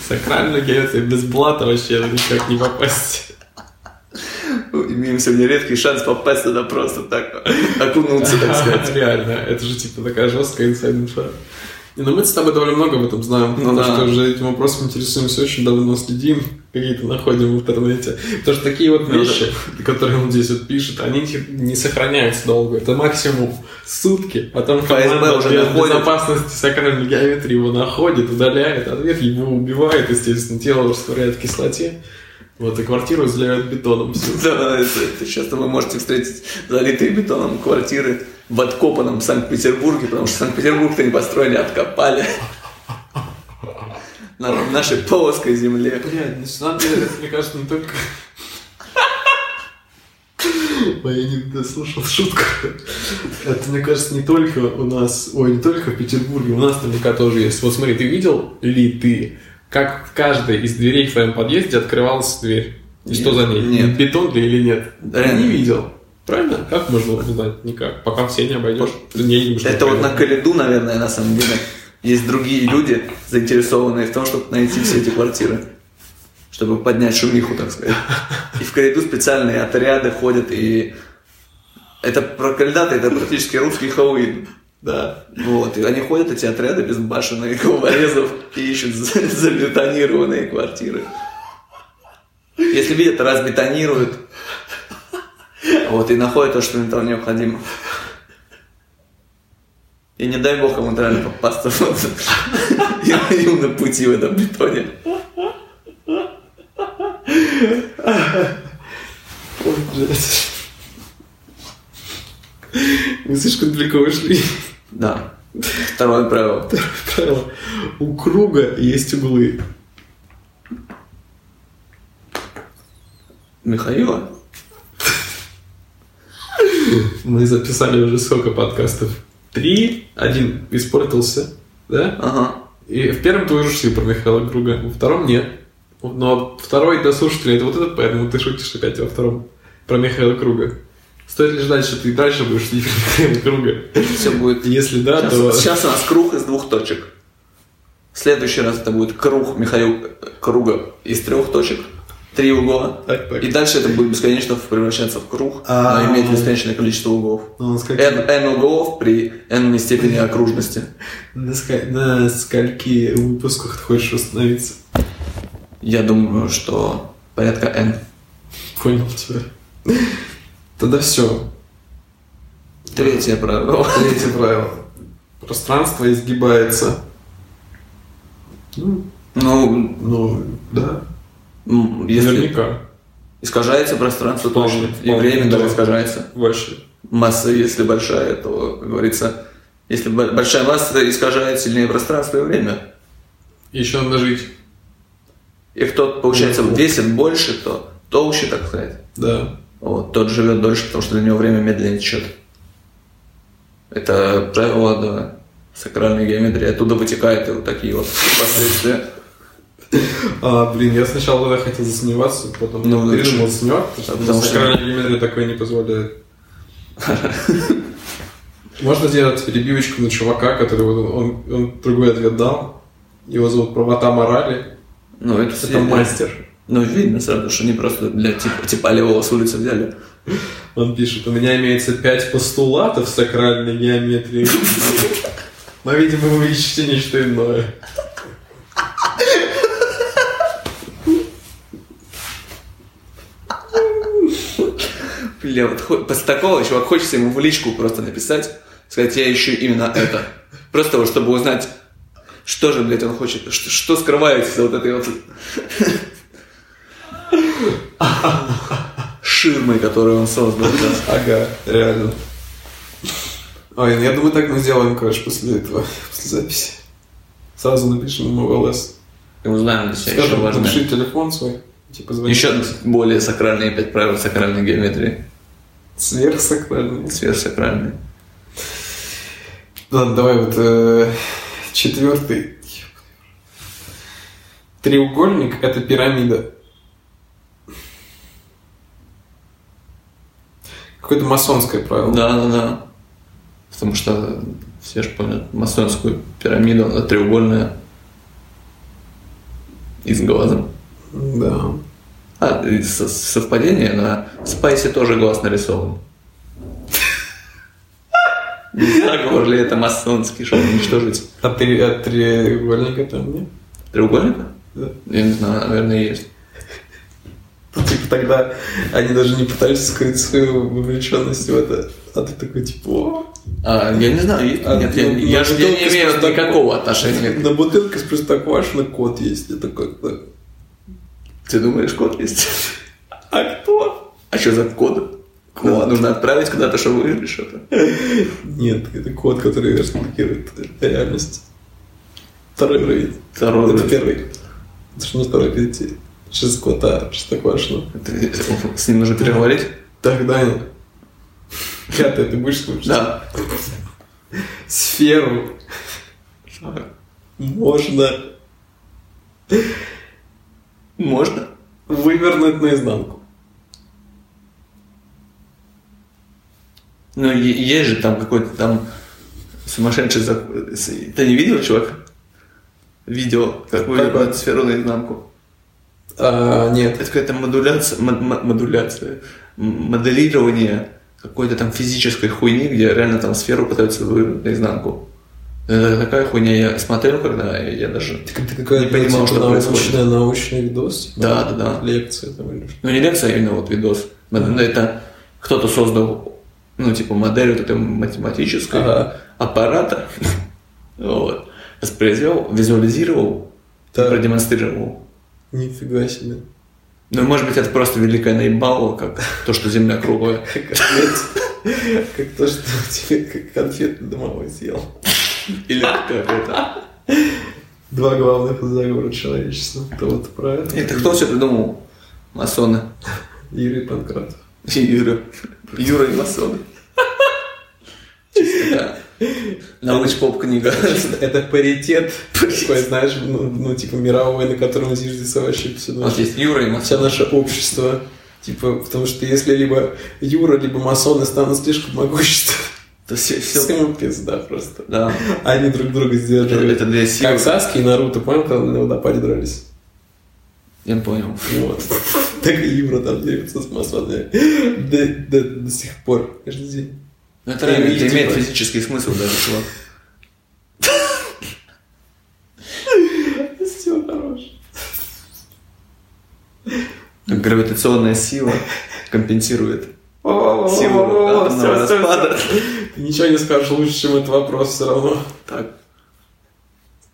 Speaker 1: Сакральная геометрия без блата вообще никак не попасть.
Speaker 2: Имеем сегодня Ну, редкий шанс попасть туда просто так, окунуться, так сказать.
Speaker 1: Реально, это же типа такая жесткая инсайд-инфа. Не, ну мы с тобой довольно много об этом знаем, потому
Speaker 2: да.
Speaker 1: что уже этим вопросом интересуемся очень давно, следим, какие-то находим в интернете. Потому что такие вот
Speaker 2: Ну
Speaker 1: вещи, которые он здесь вот пишет, они типа, не сохраняются долго. Это максимум сутки, потом
Speaker 2: ФСБ
Speaker 1: команда
Speaker 2: уже
Speaker 1: без
Speaker 2: находит.
Speaker 1: безопасности сакральной геометрии его находит, удаляет а ответ, его убивает, естественно, тело растворяет в кислоте. Вот, и квартиру заливают бетоном всю.
Speaker 2: Да, это- это часто вы можете встретить залитые бетоном квартиры в откопанном Санкт-Петербурге, потому что Санкт-Петербург-то не построили, а откопали. На нашей плоской земле.
Speaker 1: Блядь, на самом деле, это, мне кажется, не только... Ой, я не дослушал шутку. Это, мне кажется, не только у нас... Ой, не только в Петербурге, у нас наверняка тоже есть. Вот смотри, ты видел ли ты, как в каждой из дверей в твоем подъезде открывалась дверь? И
Speaker 2: Нет.
Speaker 1: что за ней?
Speaker 2: Нет.
Speaker 1: Бетон ли или нет?
Speaker 2: Да,
Speaker 1: Ты не
Speaker 2: нет.
Speaker 1: видел. Правильно? Как можно узнать? Никак. Пока все не обойдешь. Ты не видишь, что
Speaker 2: Это вот на
Speaker 1: открыто.
Speaker 2: Калиду, наверное, на самом деле. Есть другие люди, заинтересованные в том, чтобы найти все эти квартиры. Чтобы поднять шумиху, так сказать. И в Калиду специальные отряды ходят и... Это про Калида-то это практически русский Хэллоуин.
Speaker 1: Да.
Speaker 2: Вот, и они ходят, эти отряды безбашенные головорезов, и ищут за- забетонированные квартиры. Если видят, разбетонируют. Вот, и находят то, что им там необходимо. И не дай бог кому-то реально попасться вот, и им на пути в этом бетоне.
Speaker 1: Ой, блядь. Мы слишком далеко ушли.
Speaker 2: Да. Второе правило.
Speaker 1: правило. У круга есть углы.
Speaker 2: Михаила?
Speaker 1: Мы записали уже сколько подкастов? Три. Один испортился, да?
Speaker 2: Ага.
Speaker 1: И в первом ты уже шутил про Михаила Круга, во втором нет. Но второй до слушателя это вот этот, поэтому ты шутишь опять во втором про Михаила Круга. Стоит ли ждать, что ты и дальше будешь шутить про Михаила Круга?
Speaker 2: Все будет
Speaker 1: Если да,
Speaker 2: Сейчас,
Speaker 1: то...
Speaker 2: сейчас у нас круг из двух точек. В следующий раз это будет круг Михаил Круга из трех точек, три угла.
Speaker 1: Так, так.
Speaker 2: И дальше это будет бесконечно превращаться в круг,
Speaker 1: А.
Speaker 2: но иметь бесконечное количество углов.
Speaker 1: Ну, с каким-
Speaker 2: N, N углов при N степени окружности.
Speaker 1: На, ска- на скольки выпусках ты хочешь остановиться?
Speaker 2: Я думаю, что порядка N.
Speaker 1: Понял тебя. Тогда все.
Speaker 2: Третье правило.
Speaker 1: Третье правило. Пространство изгибается. Ну,
Speaker 2: Ну,
Speaker 1: ну да.
Speaker 2: м, если
Speaker 1: Наверняка.
Speaker 2: искажается пространство
Speaker 1: Вполне,
Speaker 2: тоже, и
Speaker 1: вполне,
Speaker 2: время тоже
Speaker 1: да.
Speaker 2: искажается.
Speaker 1: Больше.
Speaker 2: масса, если большая, то, как говорится, если бо- большая масса искажает сильнее пространство и время.
Speaker 1: Еще надо жить.
Speaker 2: И кто, получается,
Speaker 1: Мгм.
Speaker 2: весит больше, то толще, так сказать.
Speaker 1: Да.
Speaker 2: Вот, тот живет дольше, потому что для него время медленнее течет. Это правило, да, сакральной геометрии. Оттуда вытекают и вот такие вот последствия.
Speaker 1: А, блин, я сначала тогда хотел засомневаться, потом
Speaker 2: Ну, да,
Speaker 1: передумал
Speaker 2: чё?
Speaker 1: засомневаться, потому что,
Speaker 2: Потому что-
Speaker 1: сакральная геометрия такое не позволяет. Можно сделать перебивочку на чувака, который вот он, он, другой ответ дал. Его зовут Правота Морали.
Speaker 2: Ну, это,
Speaker 1: Это мастер.
Speaker 2: Ну, видно сразу, что не просто для типа, типа левого с улицы взяли.
Speaker 1: Он пишет, у меня имеется пять постулатов сакральной геометрии. Но, видимо, вы ищете нечто иное.
Speaker 2: Бля, вот хо- после такого чувак хочется ему в личку просто написать, сказать, я ищу именно это. Просто вот, чтобы узнать, что же, блядь, он хочет, что, что скрывается за вот этой вот ширмой, которую он создал. да.
Speaker 1: Ага, реально. Ой, ну я думаю, так мы сделаем, короче, после этого, после записи. Сразу напишем ему в ЛС.
Speaker 2: И узнаем для себя еще
Speaker 1: Скажем,
Speaker 2: важное.
Speaker 1: напиши телефон свой, типа звони.
Speaker 2: Еще более сакральные пять правил сакральной геометрии.
Speaker 1: Сверхсакральный.
Speaker 2: Сверхсакральные.
Speaker 1: Ладно, давай вот э, четвертый. Треугольник – это пирамида. Какое-то масонское правило.
Speaker 2: Да, да, да. Потому что все же помнят масонскую пирамиду, она треугольная. И с глазом.
Speaker 1: Да.
Speaker 2: А, и со- совпадение, на Спайсе тоже глаз нарисован. Не заговор ли это масонский, чтобы уничтожить
Speaker 1: А, три, а треугольника там нет?
Speaker 2: треугольника?
Speaker 1: Да.
Speaker 2: Я не знаю, наверное, есть.
Speaker 1: Ну, Типа тогда они даже не пытались скрыть свою вовлеченность в это. А ты такой, типа, «О».
Speaker 2: А, я не знаю, есть-
Speaker 1: А,
Speaker 2: нет, я,
Speaker 1: ну,
Speaker 2: я же
Speaker 1: ну,
Speaker 2: я не
Speaker 1: бутылка с
Speaker 2: имею
Speaker 1: простаком.
Speaker 2: никакого отношения.
Speaker 1: на бутылке с простоквашино кот есть. Это как-то...
Speaker 2: Ты думаешь, код есть?
Speaker 1: А кто?
Speaker 2: А что за код?
Speaker 1: Код.
Speaker 2: Нужно отправить куда-то, чтобы выжили что-то.
Speaker 1: Нет, это кот, который разблокирует реальность. Второй уровень.
Speaker 2: Второй
Speaker 1: это
Speaker 2: уровень.
Speaker 1: первый. Это же не второй перейти. Через кота простоквашино.
Speaker 2: Ты с ним нужно переговорить?
Speaker 1: Так, Даня. Пятый, ты будешь слушать?
Speaker 2: Да.
Speaker 1: Сферу можно
Speaker 2: Можно.
Speaker 1: вывернуть наизнанку.
Speaker 2: Ну, е- есть же там какой-то там сумасшедший зак... с- Ты не видел, чувак? Видео, как вывернуть сферу наизнанку.
Speaker 1: А, нет,
Speaker 2: Это какая-то модуляция, мод- мод- модуляция, м- моделирование какой-то там физической хуйни, где реально там сферу пытаются вывернуть наизнанку. Это такая хуйня, я смотрел, когда я даже...
Speaker 1: Это какая-то
Speaker 2: Не
Speaker 1: типа,
Speaker 2: понимал, что
Speaker 1: научная,
Speaker 2: происходит.
Speaker 1: научный видос, типа,
Speaker 2: Да, да, да.
Speaker 1: лекция там или что.
Speaker 2: Ну, не лекция, а именно вот видос. Ну, Это кто-то создал, ну, типа, модель вот этой математической
Speaker 1: Ага.
Speaker 2: аппарата. Вот. Воспроизвел, визуализировал и
Speaker 1: Так.
Speaker 2: продемонстрировал.
Speaker 1: Нифига себе.
Speaker 2: Ну, может быть, это просто великое наебало, как то, что Земля круглая.
Speaker 1: Как ответ. Как то, что тебе как конфеты домовой съел.
Speaker 2: Или как это.
Speaker 1: Два главных заговора человечества. Это вот про это.
Speaker 2: Это кто все придумал? Масоны.
Speaker 1: Юрий Панкратов.
Speaker 2: И Юра. Юра и масоны. Чисто такая Научпоп книга.
Speaker 1: Это паритет, такой, знаешь, ну, ну, типа мировой, на котором зиждется вообще все
Speaker 2: Вот
Speaker 1: наше,
Speaker 2: есть Юра и масоны.
Speaker 1: все наше ну, общество. Типа, потому что если либо Юра, либо масоны станут слишком могущественными,
Speaker 2: То все, все,
Speaker 1: всему пизда просто.
Speaker 2: да.
Speaker 1: Они друг друга
Speaker 2: Это,
Speaker 1: сдерживают.
Speaker 2: это две силы.
Speaker 1: Как Саски и Наруто, понял, когда на водопаде дрались? Ну
Speaker 2: Я не понял.
Speaker 1: Вот. Так и Юра там дерется с масонами. До, до- до сих пор, каждый день.
Speaker 2: Ну, это
Speaker 1: Или
Speaker 2: реально, это
Speaker 1: типа-
Speaker 2: имеет физический смысл даже, чувак.
Speaker 1: Все хорош.
Speaker 2: Как Гравитационная сила компенсирует силу атомного
Speaker 1: Ты
Speaker 2: распада.
Speaker 1: ничего не скажешь лучше, чем этот вопрос все равно.
Speaker 2: Так,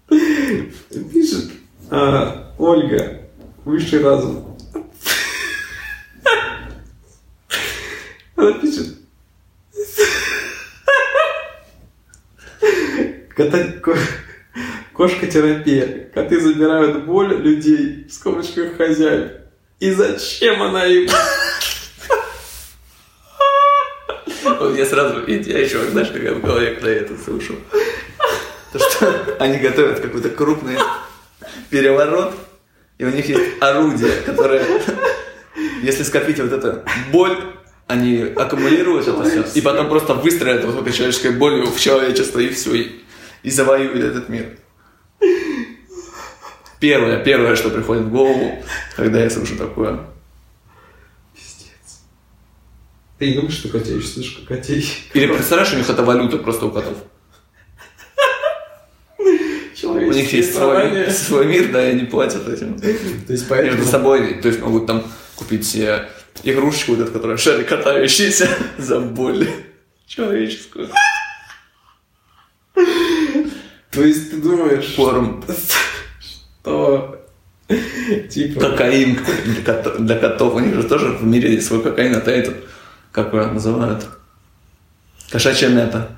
Speaker 1: Пишет а, Ольга, высший разум. Она пишет. Кота- ко- Кошка-терапия. Коты забирают боль людей, в скобочках хозяев. И зачем она им?
Speaker 2: Вот я сразу, я, я еще, знаешь, как я в голове, когда я это слышу. То, что они готовят какой-то крупный переворот, и у них есть орудие, которое, если скопить вот это боль, они аккумулируют это все, и потом просто выстроят вот этой человеческой болью в человечество, и все, и, и завоюют этот мир. Первое, первое, что приходит в голову, когда я слышу такое.
Speaker 1: Пиздец. Ты не думаешь, что котей слышишь, как котей?
Speaker 2: Или представляешь, у них это валюта просто у котов. У них есть свой, свой мир, да, и они платят этим.
Speaker 1: То есть
Speaker 2: Между
Speaker 1: поэтому...
Speaker 2: собой, то есть могут там купить себе игрушечку вот эту, которая в шаре катающаяся за боль человеческую.
Speaker 1: То есть ты думаешь,
Speaker 2: Корм.
Speaker 1: что типа
Speaker 2: Кокаин для, кото- для котов. У них же тоже в мире есть свой кокаин, это этот, как его называют, кошачья мята.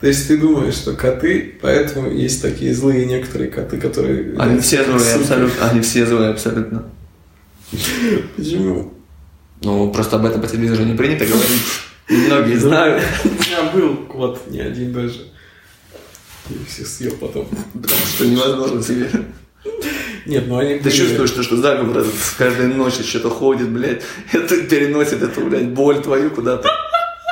Speaker 1: то есть ты думаешь, что коты, поэтому есть такие злые некоторые коты, которые...
Speaker 2: Они все злые,
Speaker 1: Сука.
Speaker 2: абсолютно. Они все злые, абсолютно.
Speaker 1: Почему?
Speaker 2: Ну, просто об этом по телевизору не принято говорить. Многие знают.
Speaker 1: Я был кот, не один даже. И всех съел потом.
Speaker 2: Потому что невозможно себе.
Speaker 1: Нет, ну они...
Speaker 2: Ты чувствуешь, то, что заговор этот с каждой ночи что-то ходит, блядь. Это переносит эту, блядь, боль твою куда-то.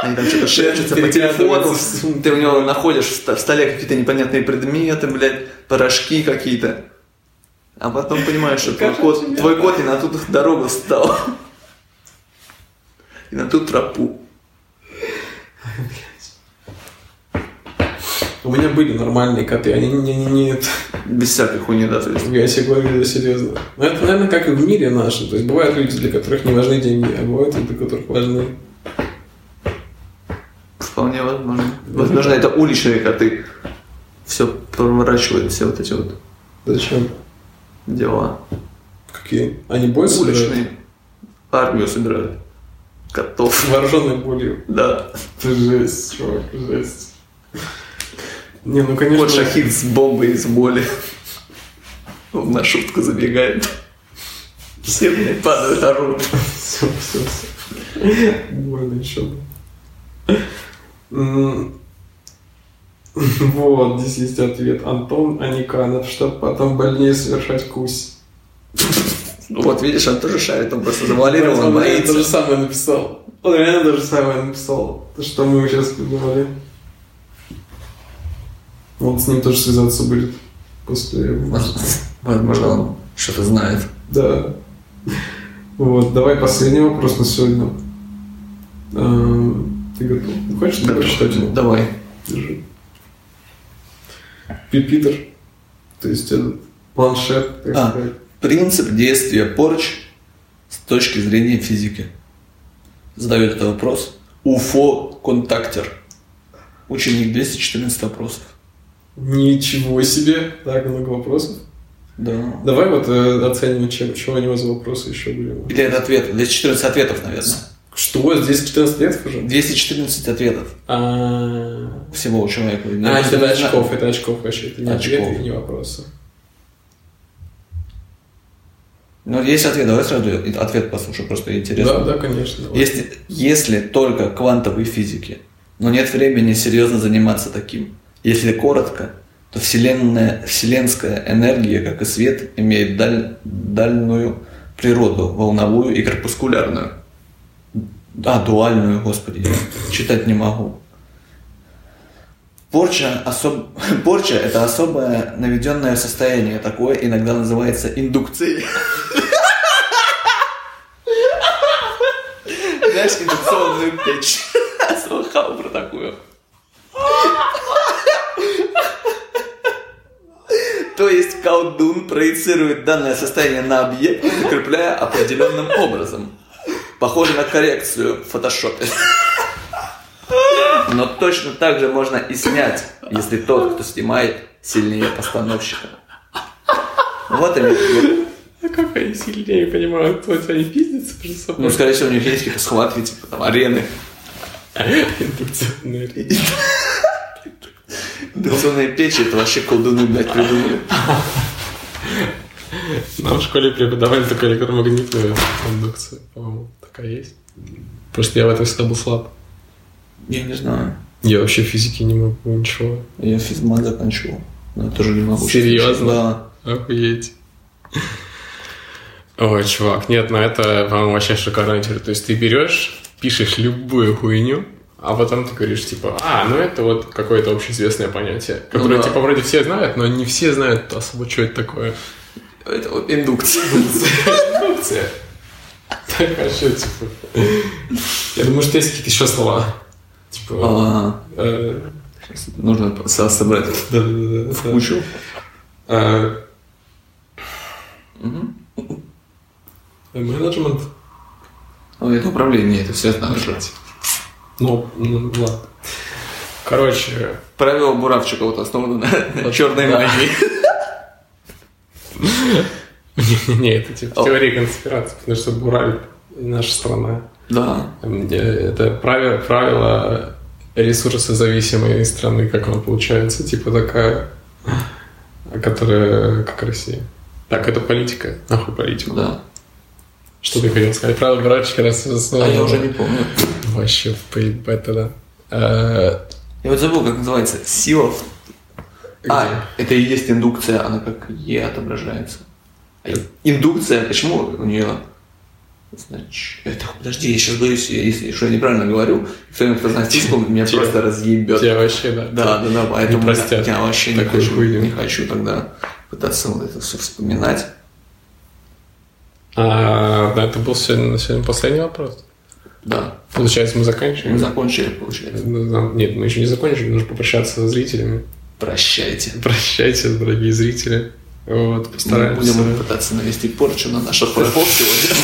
Speaker 2: Они там что-то шепчутся по телефону.
Speaker 1: Перекатываются.
Speaker 2: Ты у него находишь в ста- в столе какие-то непонятные предметы, блядь, порошки какие-то. А потом понимаешь, что твой
Speaker 1: Как у
Speaker 2: кот,
Speaker 1: тебя?
Speaker 2: твой кот не на ту дорогу встал. И на ту тропу.
Speaker 1: У меня были нормальные коты, они не... не, не это-
Speaker 2: Без всякой хуйни, да, то есть.
Speaker 1: Я себе говорю, да, серьезно. Но это, наверное, как и в мире нашем. То есть бывают люди, для которых не важны деньги, а бывают люди, для которых важны.
Speaker 2: Вполне возможно. Возможно, это уличные коты. Все проворачивают, все вот эти вот
Speaker 1: Зачем?
Speaker 2: дела.
Speaker 1: Какие? Они бой собирают?
Speaker 2: Уличные. Армию собирают. Котов.
Speaker 1: Вооруженной болью.
Speaker 2: Да.
Speaker 1: Это жесть, чувак, жесть. Не, ну конечно.
Speaker 2: Вот Шахид с бомбой из боли. В маршрутку забегает. Все блядь, падают, орут.
Speaker 1: Все, все, все. Больно еще. М, Вот, здесь есть ответ. Антон Аниканов, чтоб потом больнее совершать кусь.
Speaker 2: Ну Вот видишь, он тоже шарит, он просто
Speaker 1: Он
Speaker 2: завуалирован,
Speaker 1: реально то
Speaker 2: боится.
Speaker 1: же самое написал. Он реально то же самое написал. То, что мы сейчас придумали. Вот с ним тоже связаться будет. После...
Speaker 2: Возможно, он что-то знает.
Speaker 1: Да. Вот, давай последний вопрос на сегодня. Эм, Ты готов? Хочешь ты прочитать его?
Speaker 2: Давай.
Speaker 1: Держи. Пипитер. То есть этот планшет, так
Speaker 2: А.
Speaker 1: сказать.
Speaker 2: Принцип действия порч с точки зрения физики. Задает этот вопрос УФО-контактер. Ученик 214 вопросов.
Speaker 1: Ничего себе. Так много вопросов.
Speaker 2: Да.
Speaker 1: Давай вот э, оценим, чем, чего у него за вопросы еще были.
Speaker 2: Или это ответ? 214 ответов, наверное.
Speaker 1: Что? Здесь 14 лет уже?
Speaker 2: 214 ответов
Speaker 1: А,
Speaker 2: всего у человека. Я
Speaker 1: а,
Speaker 2: просто
Speaker 1: это
Speaker 2: не знаю.
Speaker 1: очков, это очков вообще. Это не
Speaker 2: Очков.
Speaker 1: ответы и не вопросы.
Speaker 2: Ну, есть ответ, давай сразу ответ послушаю, просто интересно.
Speaker 1: Да, да, конечно. Вот.
Speaker 2: Если, если только квантовой физики, но нет времени серьезно заниматься таким. Если коротко, то вселенная, вселенская энергия, как и свет, имеет даль- дальную природу, волновую и корпускулярную. А, дуальную, господи, я читать не могу. Порча, особ... Порча – это особое наведенное состояние, такое иногда называется индукцией. Знаешь, индукционную печь. Слыхал про такую. То есть колдун проецирует данное состояние на объект, закрепляя определенным образом. Похоже на коррекцию в фотошопе. Но точно так же можно и снять, если тот, кто снимает, сильнее постановщика. Вот они.
Speaker 1: А как они сильнее понимают, кто тебя не пиздится между
Speaker 2: Ну,
Speaker 1: собой?
Speaker 2: скорее всего, у них есть какие-то схватки, типа там арены.
Speaker 1: Индукционная речь.
Speaker 2: Индукционные печи это вообще колдуны, блядь, придумали.
Speaker 1: Нам в школе преподавали только электромагнитную индукцию, по-моему, такая есть. Просто я в этом всегда был слаб.
Speaker 2: Я не знаю.
Speaker 1: Я вообще физики не могу ничего.
Speaker 2: Я физмат заканчивал. Но я тоже не могу.
Speaker 1: Серьезно?
Speaker 2: Да.
Speaker 1: Охуеть. Ой, чувак, нет, ну это, по-моему, вообще шикарная теория. То есть ты берешь, пишешь любую хуйню, а потом ты говоришь, типа, а, ну это вот какое-то общеизвестное понятие, которое,
Speaker 2: да.
Speaker 1: типа, вроде все знают, но не все знают особо, что это такое.
Speaker 2: Это вот индукция.
Speaker 1: Индукция. Так, а что, типа? Я думаю, что есть какие-то еще слова. Типа...
Speaker 2: А,
Speaker 1: э,
Speaker 2: Нужно со- собрать
Speaker 1: Да-да-да.
Speaker 2: кучу.
Speaker 1: да. Э,
Speaker 2: Мгм.
Speaker 1: Менеджмент?
Speaker 2: Ой, А это управление, это все знаю.
Speaker 1: Ну, ну, ладно. Короче,
Speaker 2: Правила Буравчика вот основаны на, черной
Speaker 1: да.
Speaker 2: магии.
Speaker 1: не, это типа
Speaker 2: О.
Speaker 1: теория конспирации, потому что буравит наша страна.
Speaker 2: Да.
Speaker 1: Где Это правило, правило ресурсозависимой страны, как оно получается, типа такая, которая как Россия. Так, это политика. Нахуй политика.
Speaker 2: Да.
Speaker 1: Что ты хотел сказать? Правило Буравчика раз основано-
Speaker 2: А я уже не помню.
Speaker 1: Вообще, поебать это да. А,
Speaker 2: Я вот забыл, как называется. Сила. в- А, это и есть индукция, она как Е отображается. А Индукция, почему у нее Значит, это, подожди, я сейчас боюсь, если что я неправильно говорю, кто-нибудь кто знает физику, меня
Speaker 1: Тебя-
Speaker 2: просто разъебет.
Speaker 1: Тебя вообще, да.
Speaker 2: Да, да, да, поэтому
Speaker 1: простят
Speaker 2: я, я вообще не
Speaker 1: такую
Speaker 2: хочу,
Speaker 1: хуйню.
Speaker 2: не хочу тогда пытаться вот это все вспоминать.
Speaker 1: А, да, это был сегодня, сегодня последний вопрос.
Speaker 2: Да,
Speaker 1: Получается, мы
Speaker 2: мы
Speaker 1: заканчиваем?
Speaker 2: закончили, получается.
Speaker 1: Нет, мы еще не закончили, нужно попрощаться со зрителями.
Speaker 2: Прощайте.
Speaker 1: Прощайте, дорогие зрители. Вот,
Speaker 2: Мы
Speaker 1: постараемся.
Speaker 2: будем пытаться навести порчу на наших врагов сегодня.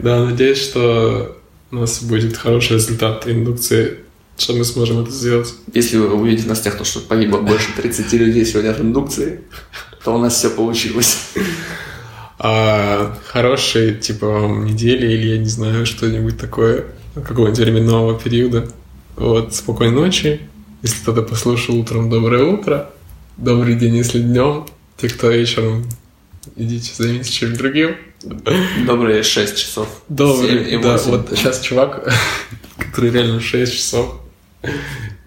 Speaker 1: Да, надеюсь, что у нас будет хороший результат индукции, что мы сможем это сделать.
Speaker 2: Если вы увидите на тех, что погибло больше 30 людей сегодня от индукции, то у нас все получилось.
Speaker 1: А хорошие, типа, вам недели или, я не знаю, что-нибудь такое, какого-нибудь временного периода. Вот, спокойной ночи. Если кто-то послушал утром, доброе утро. Добрый день, если днем. Те, кто вечером, идите займитесь чем-то другим.
Speaker 2: Добрые 6 часов.
Speaker 1: Добрый,
Speaker 2: Семь и
Speaker 1: да,
Speaker 2: восемь.
Speaker 1: вот сейчас чувак, который реально 6 часов,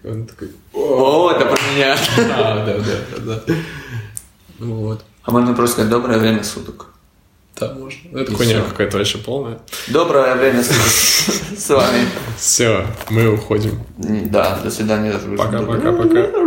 Speaker 1: он такой,
Speaker 2: О, это про меня.
Speaker 1: А, да, да, да, да, да. Ну вот,
Speaker 2: А можно просто сказать доброе время суток.
Speaker 1: да, можно. Это
Speaker 2: И
Speaker 1: хуйня
Speaker 2: всё.
Speaker 1: какая-то вообще полная.
Speaker 2: Доброе время суток. С вами.
Speaker 1: Все, мы уходим.
Speaker 2: Да, до свидания.
Speaker 1: Пока-пока-пока.